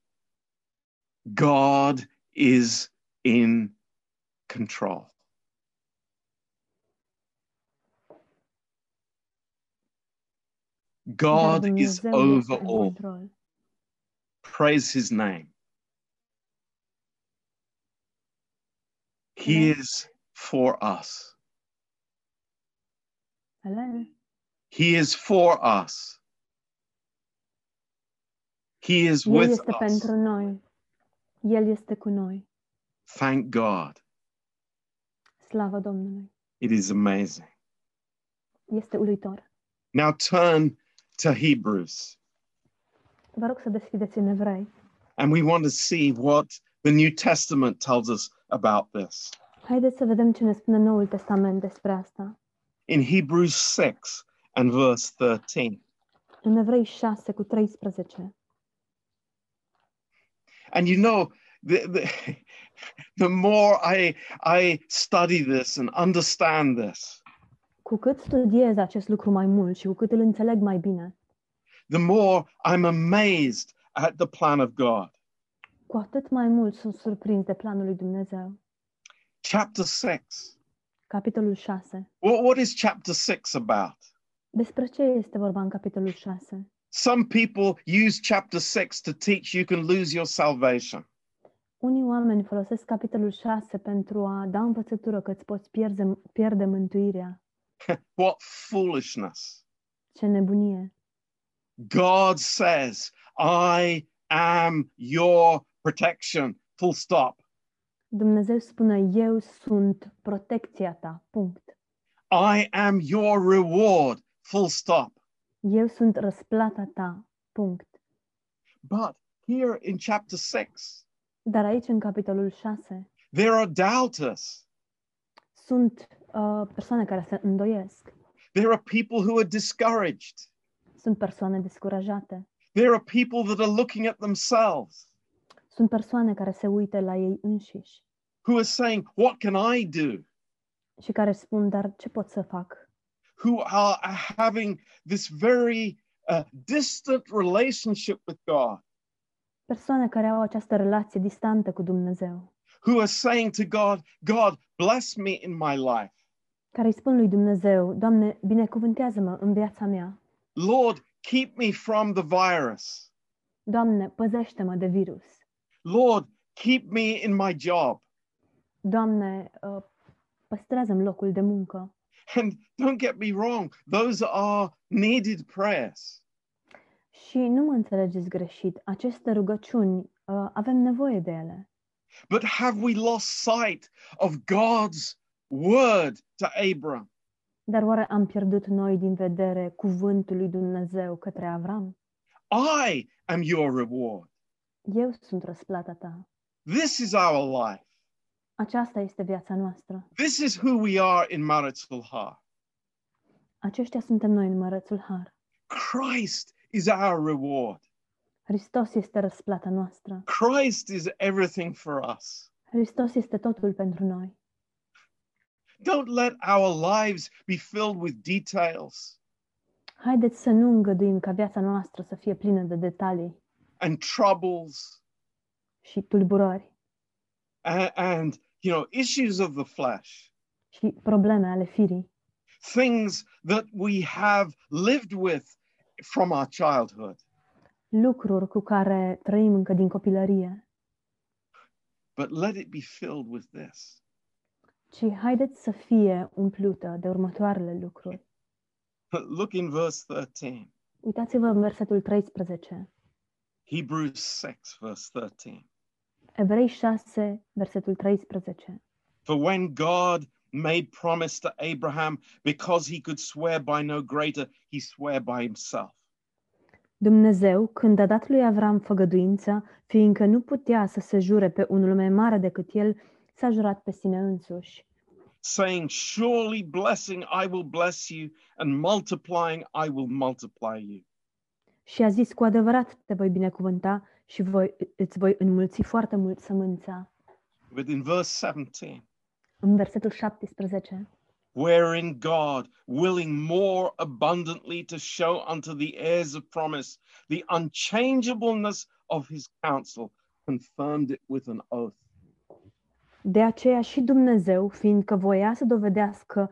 God is in control. dar God is Dumnezeu este over în all. control. praise his name. He Amen. is for us. Hello? He is for us. He is El with este us. pentru noi. El este cu noi. Thank God. Slavă Domnului. It is amazing. Este uluitor. Now turn to Hebrews, Vă rog să deschideți în evrei. and we want to see what the New Testament tells us about this. Haideți să vedem ce ne spune Noul Testament despre asta. In Hebrews 6 and verse 13. În Evrei 6 cu 13. And you know, the, [laughs] the, the more I, I study this and understand this, Cu cât studiez acest lucru mai mult și cu cât îl înțeleg mai bine, the more I'm amazed at the plan of God. cu atât mai mult sunt surprins de planul lui Dumnezeu. Chapter 6. Capitolul 6. What, what is chapter 6 about? Despre ce este vorba în capitolul 6? Some people use chapter 6 to teach you can lose your salvation. Unii oameni folosesc capitolul 6 pentru a da învățătură că îți poți pierde, pierde mântuirea. What foolishness. Ce nebunie! God says, I am your protection. Full stop. Dumnezeu spune, eu sunt protecția ta, punct. I am your reward. Full stop. Eu sunt răsplata ta, punct. But here in chapter 6, Dar aici, în capitolul 6, there are doubters. sunt uh, persoane care se îndoiesc. There are people who are discouraged. Sunt persoane descurajate. There are people that are looking at themselves, Sunt persoane care se uită la ei înșiși who are saying, What can I do? și care spun, dar ce pot să fac? Who are having this very uh, distant relationship with God, Persoane care au această relație distantă cu Dumnezeu, who are saying to God, God, bless me in my life. care îi spun lui Dumnezeu, Doamne, binecuvântează-mă în viața mea. Lord, keep me from the virus. Doamne, păzește-mă de virus. Lord, keep me in my job. Doamne, uh, păstrează-mi locul de muncă. And don't get me wrong, those are needed prayers. Și nu mă înțelegeți greșit, aceste rugăciuni, uh, avem nevoie de ele. But have we lost sight of God's word to Abram? Dar oare am pierdut noi din vedere cuvântul lui Dumnezeu către Avram? I am your reward. Eu sunt răsplata ta. This is our life. Aceasta este viața noastră. This is who we are in marital heart. Aceștia suntem noi în Mărețul Har. Christ is our reward. Hristos este răsplata noastră. Christ is everything for us. Hristos este totul pentru noi. Don't let our lives be filled with details Haideți să nu îngăduim ca viața noastră să fie plină de detalii and troubles și tulburări and, and you know issues of the flesh, și probleme ale firii, things that we have lived with from our childhood. lucruri cu care trăim încă din copilărie, but let it be filled with this ci haideți să fie umplută de următoarele lucruri. look in verse 13 Uitați-vă în versetul 13, hebrews 6 verse 13 Evrei 6, versetul 13. for when god made promise to abraham because he could swear by no greater he sware by himself Dumnezeu, când a dat lui Avram făgăduința, fiindcă nu putea să se jure pe unul mai mare decât el, s-a jurat pe sine însuși. saying surely blessing i will bless you and multiplying i will multiply you Și a zis, cu adevărat te voi binecuvânta și voi, îți voi înmulți foarte mult sămânța. but in verse 17 În versetul 17. wherein God, willing more abundantly to show unto the heirs of promise the unchangeableness of his counsel, confirmed it with an oath. De aceea și Dumnezeu, fiindcă voia să dovedească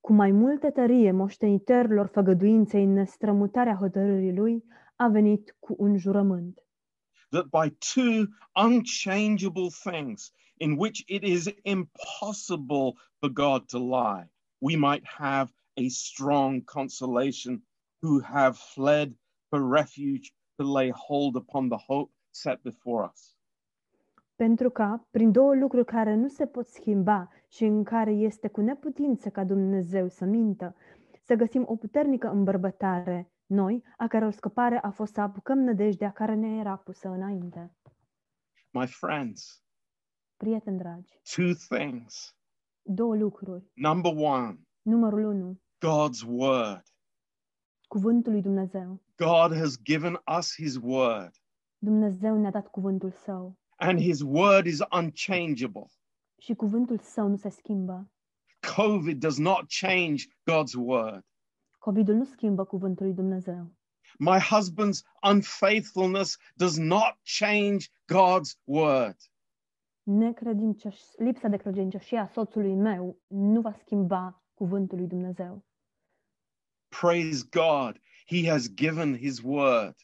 cu mai multă tărie moștenitorilor făgăduinței nestrămutarea hotărârii lui, a venit cu un jurământ. That by two unchangeable things in which it is impossible for God to lie, we might have a strong consolation who have fled for refuge to lay hold upon the hope set before us. Pentru ca, prin două lucruri care nu se pot schimba și în care este cu neputință ca Dumnezeu să mintă, să găsim o puternică îmbărbătare, noi, a căror scăpare a fost să apucăm nădejdea care ne era pusă înainte. My friends, Prieteni dragi, two things. două lucruri. Number one, Numărul 1. God's word. Cuvântul lui Dumnezeu. God has given us his word, Dumnezeu ne-a dat cuvântul său and his word is unchangeable. și cuvântul său nu se schimbă. COVID does not change God's word. Covidul nu schimbă cuvântul lui Dumnezeu. My husband's unfaithfulness does not change God's word. Necredincios- lipsa de credincioșie a soțului meu nu va schimba cuvântul lui Dumnezeu. Praise God, he has given his word,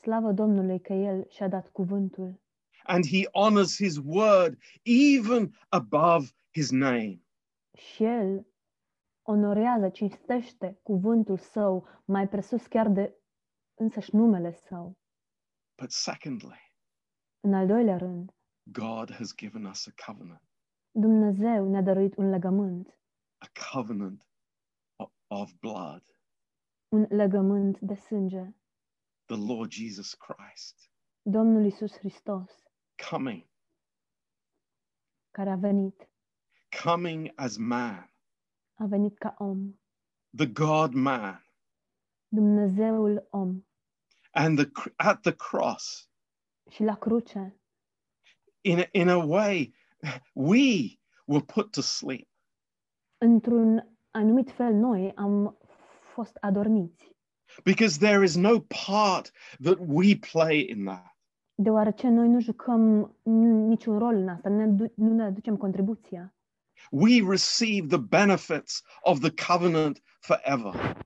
Slavă Domnului că El și-a dat cuvântul and he honors his word even above his name. și El onorează, cinstește cuvântul Său mai presus chiar de însăși numele Său. But secondly, În al doilea rând, God has given us a covenant, Dumnezeu ne-a dăruit un legământ, a covenant o- of blood, un legământ de sânge, the Lord Jesus Christ Domnul Isus Hristos, coming, care a venit, coming as man, a venit ca om, the God man. Dumnezeul om. And the, cr- at the cross, Și la cruce, in a, in a way, we were put to sleep. într-un anumit fel, noi am fost adormiți, because there is no part that we play in that. deoarece noi nu jucăm n- niciun rol în asta, ne adu- nu ne aducem contribuția. We receive the benefits of the covenant forever.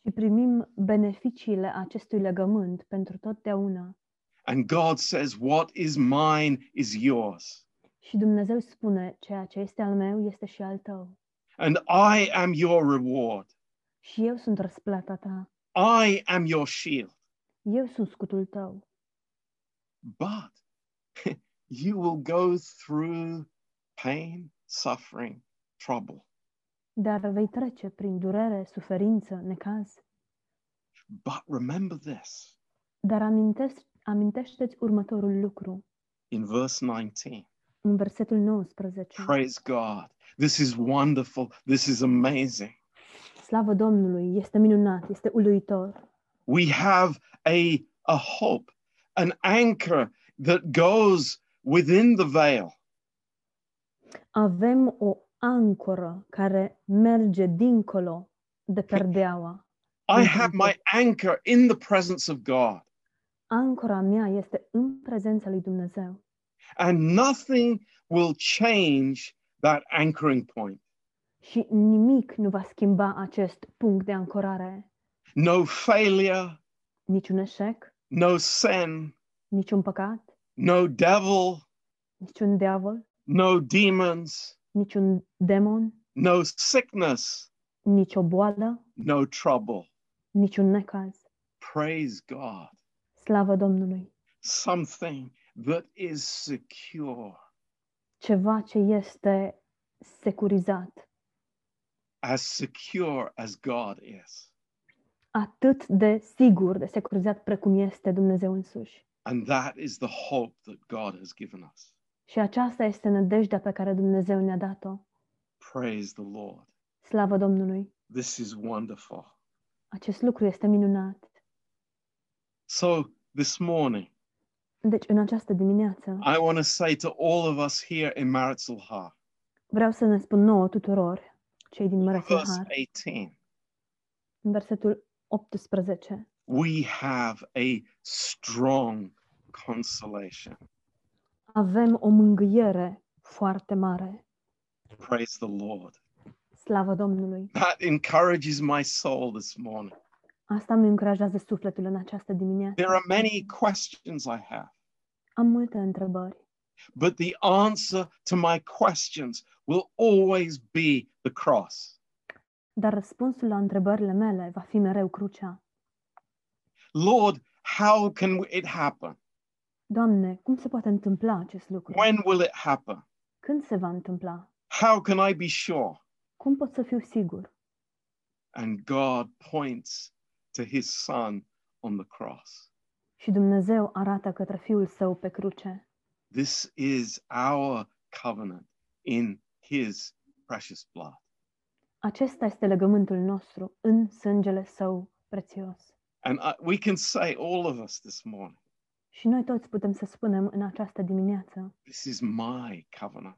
Și primim beneficiile acestui legământ pentru totdeauna. And God says, What is mine is yours, Și Dumnezeu spune, ceea ce este al meu este și al tău. and I am your reward. Și eu sunt răsplata ta, I am your shield. eu sunt scutul tău. But [laughs] you will go through pain, suffering, trouble. Dar vei trece prin durere, suferință, necaz. But remember this Dar amintesc- amintește-ți următorul lucru, in verse 19. în versetul 19. Praise God. This is wonderful. This is amazing. Slavă Domnului, este minunat, este uluitor. we have a, a hope, an anchor that goes within the veil. Avem o ancoră care merge dincolo de perdeaua. I have my anchor in the presence of God, Ancora mea este în prezența lui Dumnezeu and nothing will change that anchoring point. și nimic nu va schimba acest punct de ancorare. No failure, Niciun eșec, no sin, niciun păcat, no devil, niciun diavol, no demons, niciun demon, no sickness, nicio boală, no trouble. niciun necaz. Praise God. Slavă Domnului! Something that is secure Ceva ce este securizat, as secure as God is. atât de sigur, de securizat precum este Dumnezeu însuși. And that is the hope that God has given us. Și aceasta este nădejdea pe care Dumnezeu ne-a dat-o. Praise the Lord. Slavă Domnului! This is wonderful. Acest lucru este minunat. So, this morning, Deci, în această dimineață, I want to say to all of us here in Maritzal Har, vreau să ne spun nouă tuturor, cei din Mărăția verse Har, 18, în versetul 18, we have a strong consolation. avem o mângâiere foarte mare. Praise the Lord. Slavă Domnului! That encourages my soul this morning. Asta mi încurajează sufletul în această dimineață. There are many questions I have, Am multe întrebări, but the answer to my questions will always be the cross. dar răspunsul la întrebările mele va fi mereu crucea. Lord, How can it happen? Doamne, cum se poate întâmpla acest lucru? When will it happen? Când se va întâmpla? How can I be sure? Cum pot să fiu sigur? And God points to his son on the cross. Și Dumnezeu arată către Fiul Său pe cruce. This is our covenant in his precious blood. Acesta este legământul nostru în sângele Său prețios. And I, we can say, all of us this morning, Și noi toți putem să spunem în această dimineață, this is my covenant.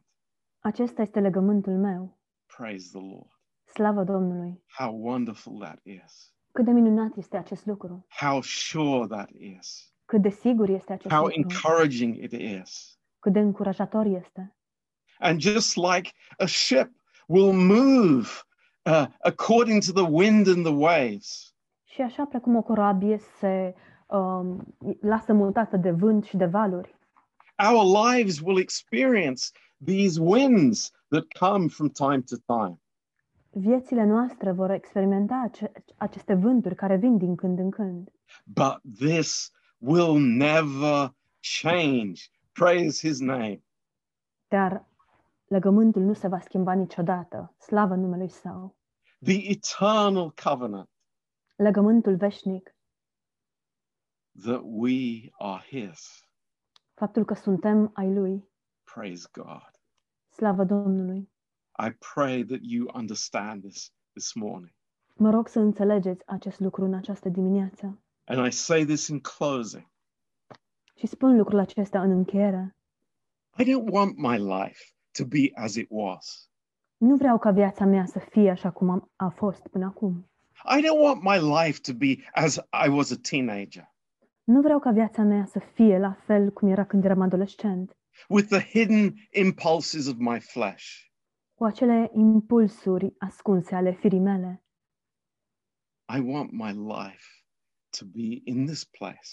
acesta este legământul meu, Praise the Lord. slavă Domnului. How wonderful that is. Cât de minunat este acest lucru, How sure that is. cât de sigur este acest How lucru, encouraging it is. cât de încurajator este. And just like a ship will move uh, according to the wind and the waves, Și așa precum o corabie se um, lasă mutată de vânt și de valuri, our lives will experience these winds that come from time to time. viețile noastre vor experimenta ace- aceste vânturi care vin din când în când. But this will never change. Praise his name. Dar legământul nu se va schimba niciodată, slavă numelui Său. The eternal covenant Legământul veșnic, that we are his. faptul că suntem ai Lui, Praise God. slavă Domnului. I pray that you understand this this morning. Mă rog să înțelegeți acest lucru în această dimineață. And I say this in closing. Și spun lucrul acesta în încheiere. I don't want my life to be as it was. Nu vreau ca viața mea să fie așa cum am, a fost până acum. I don't want my life to be as I was a teenager Nu vreau ca viața mea să fie la fel cum era când eram adolescent, with the hidden impulses of my flesh. cu acele impulsuri ascunse ale firii mele. I want my life to be in this place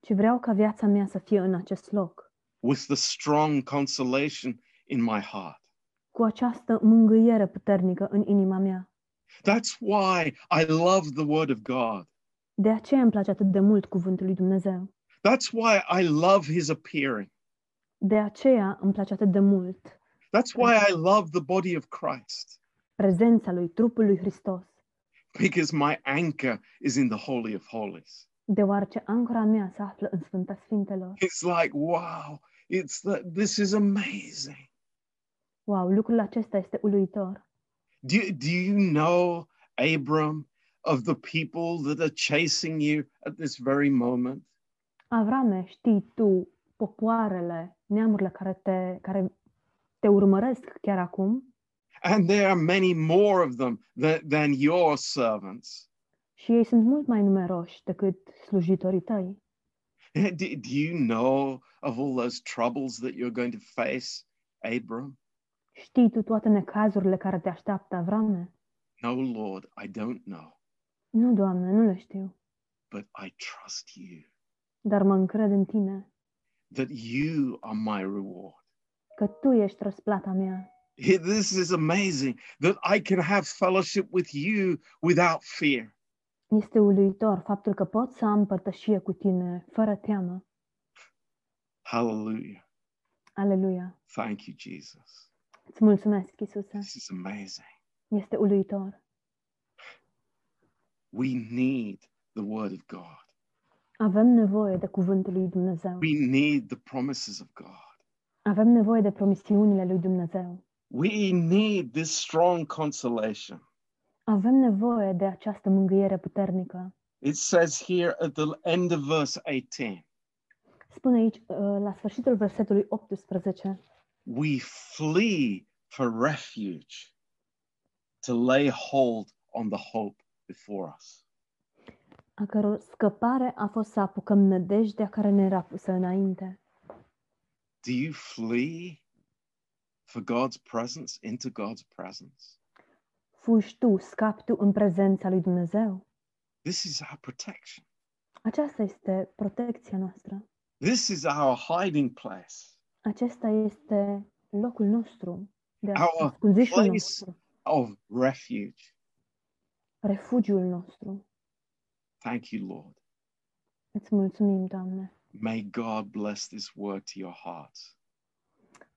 ci vreau ca viața mea să fie în acest loc, with the strong consolation in my heart. cu această mângâiere puternică în inima mea. That's why I love the Word of God. De aceea îmi place atât de mult cuvântul lui Dumnezeu. That's why I love His appearing. De aceea îmi place atât de mult That's why I love the body of Christ, prezența lui, trupul lui Hristos, because my anchor is in the Holy of Holies. deoarece ancora mea se află în Sfânta Sfintelor. It's like, wow, it's that this is amazing. Wow, lucrul acesta este uluitor. Do you, do you know, Abram, of the people that are chasing you at this very moment? Avrame, știi tu popoarele, neamurile care te, care te urmăresc chiar acum And there are many more of them than, than your servants. și ei sunt mult mai numeroși decât slujitorii tăi. Do, [laughs] do you know of all those troubles that you're going to face, Abram? Știi tu toate necazurile care te așteaptă, Avrame? No, Lord, I don't know, Nu, Doamne, nu le știu, but I trust you. dar mă încred în Tine, that you are my reward. că Tu ești răsplata mea. This is amazing that I can have fellowship with you without fear. Este uluitor faptul că pot să am părtășie cu Tine, fără teamă. Hallelujah. Aleluia! Thank you, Jesus. Îți mulțumesc, Iisuse, This is amazing. este uluitor. We need the word of God, Avem nevoie de cuvântul lui Dumnezeu. we need the promises of God, Avem nevoie de promisiunile lui Dumnezeu. we need this strong consolation. Avem nevoie de această mângâiere puternică. It says here at the end of verse 18 Spune aici, uh, la sfârșitul versetului 18, we flee for refuge to lay hold on the hope before us. a căror scăpare a fost să apucăm nădejdea care ne era pusă înainte. Do you flee for God's presence into God's presence? Fugi tu, scapi tu în prezența lui Dumnezeu. This is our protection. Aceasta este protecția noastră. This is our hiding place, Acesta este locul nostru de a- Our ascunzișul place. nostru, of refuge. refugiul nostru. Thank you, Lord. Îți mulțumim, Doamne. May God bless this word to your hearts.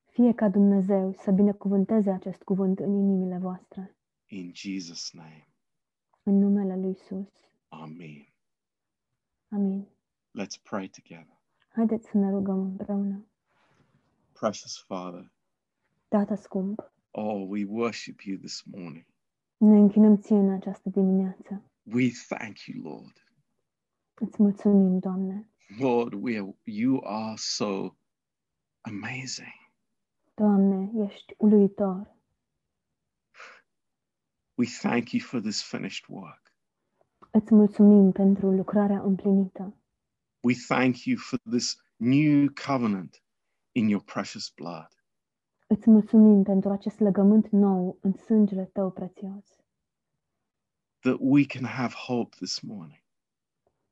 Fie ca Dumnezeu să binecuvânteze acest cuvânt în inimile voastre. In Jesus' name, În numele Lui Iisus. Amen. Amin. Let's pray together. Haideți să ne rugăm împreună. Precious Father, Tată scump, oh, we worship you this morning. ne închinăm ție în această dimineață. We thank you, Lord. Îți mulțumim, Doamne. Lord, we are, you are so amazing. Doamne, ești uluitor. We thank you for this finished work. Îți mulțumim pentru lucrarea împlinită. We thank you for this new covenant in your precious blood. Îți mulțumim pentru acest legământ nou în sângele tău prețios. that we can have hope this morning.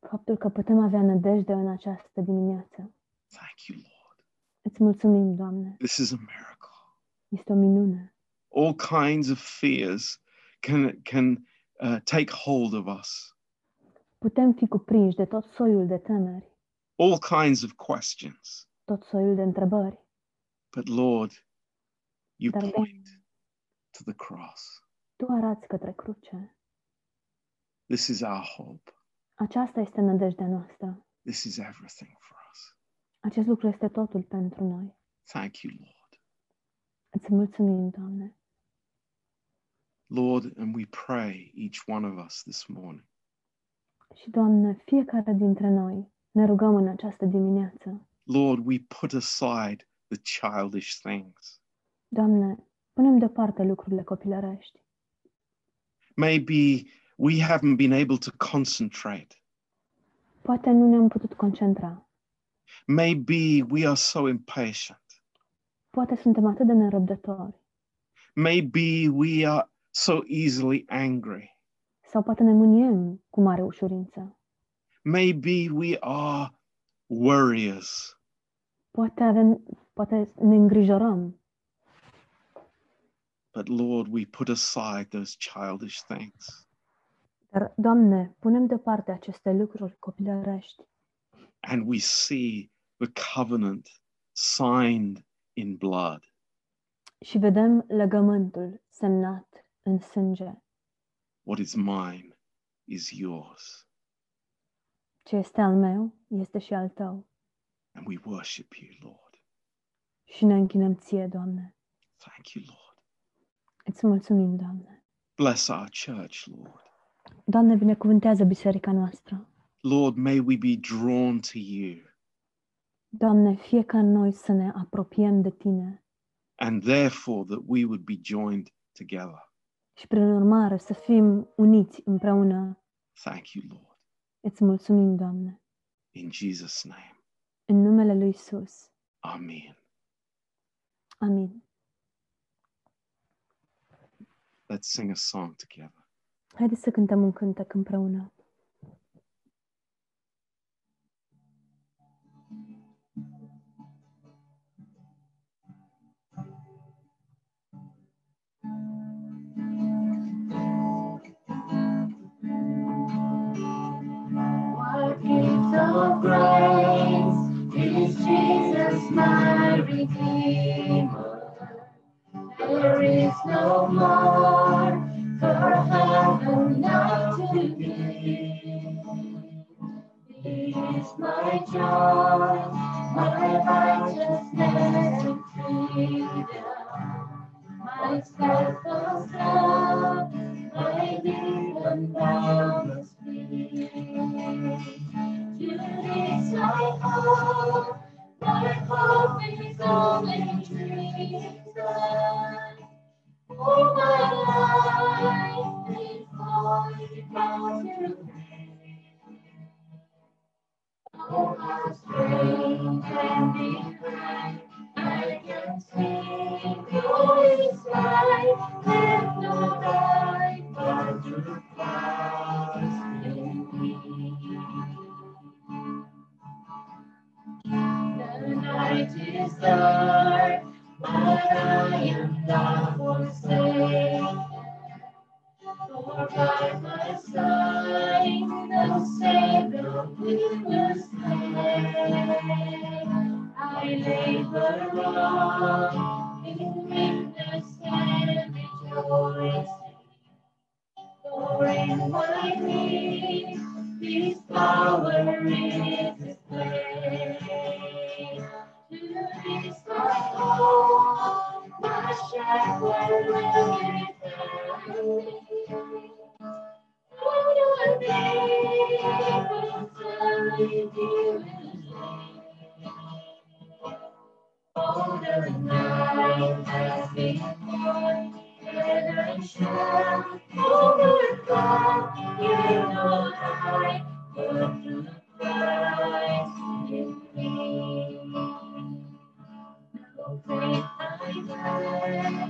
Faptul că putem avea nădejde în această dimineață. Thank you, Lord. Îți mulțumim, Doamne. This is a miracle. Este o minune. All kinds of fears can can uh, take hold of us. Putem fi cuprinși de tot soiul de temeri, All kinds of questions. tot soiul de întrebări. But Lord, you Dar, point to the cross. Tu arăți către cruce. This is our hope. Aceasta este nădejdea noastră. This is everything for us. Acest lucru este totul pentru noi. Thank you, Lord. Îți mulțumim, Doamne. Lord, and we pray each one of us this morning Și, Doamne, fiecare dintre noi ne rugăm în această dimineață. Lord, we put aside the childish things. Doamne, punem deoparte lucrurile copilărești. Maybe we haven't been able to concentrate. Poate nu ne-am putut concentra. Maybe we are so impatient. Poate suntem atât de nerăbdători. Maybe we are so easily angry. Sau poate ne mâniem cu mare ușurință. Maybe we are worriers. Poate, avem, poate ne îngrijorăm. But Lord, we put aside those childish things Dar, Doamne, punem deoparte aceste lucruri copilărești and we see the covenant signed in blood. și vedem legământul semnat în sânge. What is mine is yours. Ce este al meu este și al tău. And we worship you, Lord. Și ne închinăm ție, Doamne. Thank you, Lord. Îți mulțumim, Doamne. Bless our church, Lord. Doamne, binecuvântează biserica noastră. Lord, may we be drawn to you. Doamne, fie ca noi să ne apropiem de Tine and therefore that we would be joined together. și, prin urmare, să fim uniți împreună. Thank you, Lord. Îți mulțumim, Doamne. In Jesus' name, În numele Lui Isus. Amen. Amin. Let's sing a song together. Haideți să cântăm un cântec împreună. What gift of grace is Jesus my Redeemer? There is no more for heaven not to be. He is my joy, my righteousness and freedom, my self-love, my need and boundless peace. You is my hope, my hope is only Jesus. All my life is only about you. Oh, how strange and divine, I can sing your smile, and no light but your Christ in me. The night is dark, but I am not forsaken. For by my side, the Savior will labor long in meekness and rejoicing. For in my need, His power is displayed. To His my hope, my shepherd will defend me. Out of me, Older night has before, and I'm sure over God, you know I would do Christ in me. No faith I had,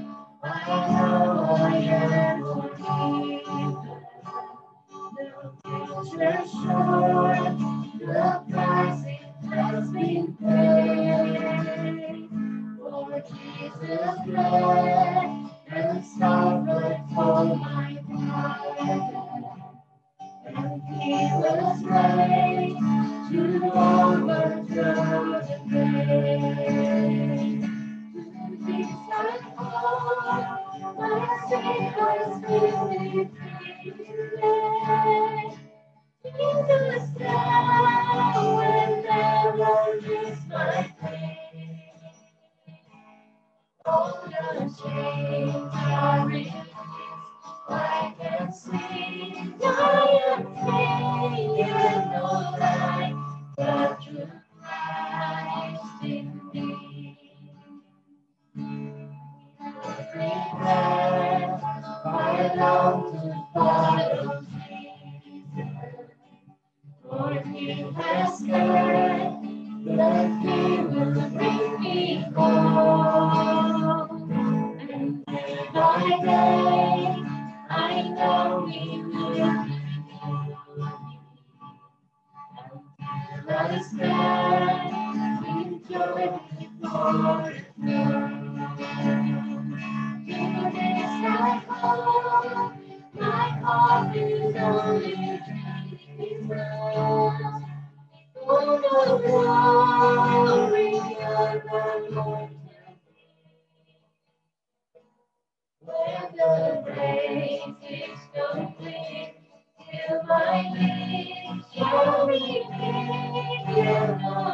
I know I am forgiven. No future sure, the price it has been paid. For Jesus bled and suffered for my pardon. And he was raised to overthrow the grave. To this I call, my Savior's beauty declared. Jesus, now and ever is my prayer. All the chains are released. I can sing, I am free, and all I got through Christ in me. Every breath I long to follow Jesus. For he has heard that he will bring me home. And day by day, I know he will Until I stand in joy before his throne. To this I call, my heart is only Jesus. All the glory of the Lord. Where the race is complete, till my knees shall be made.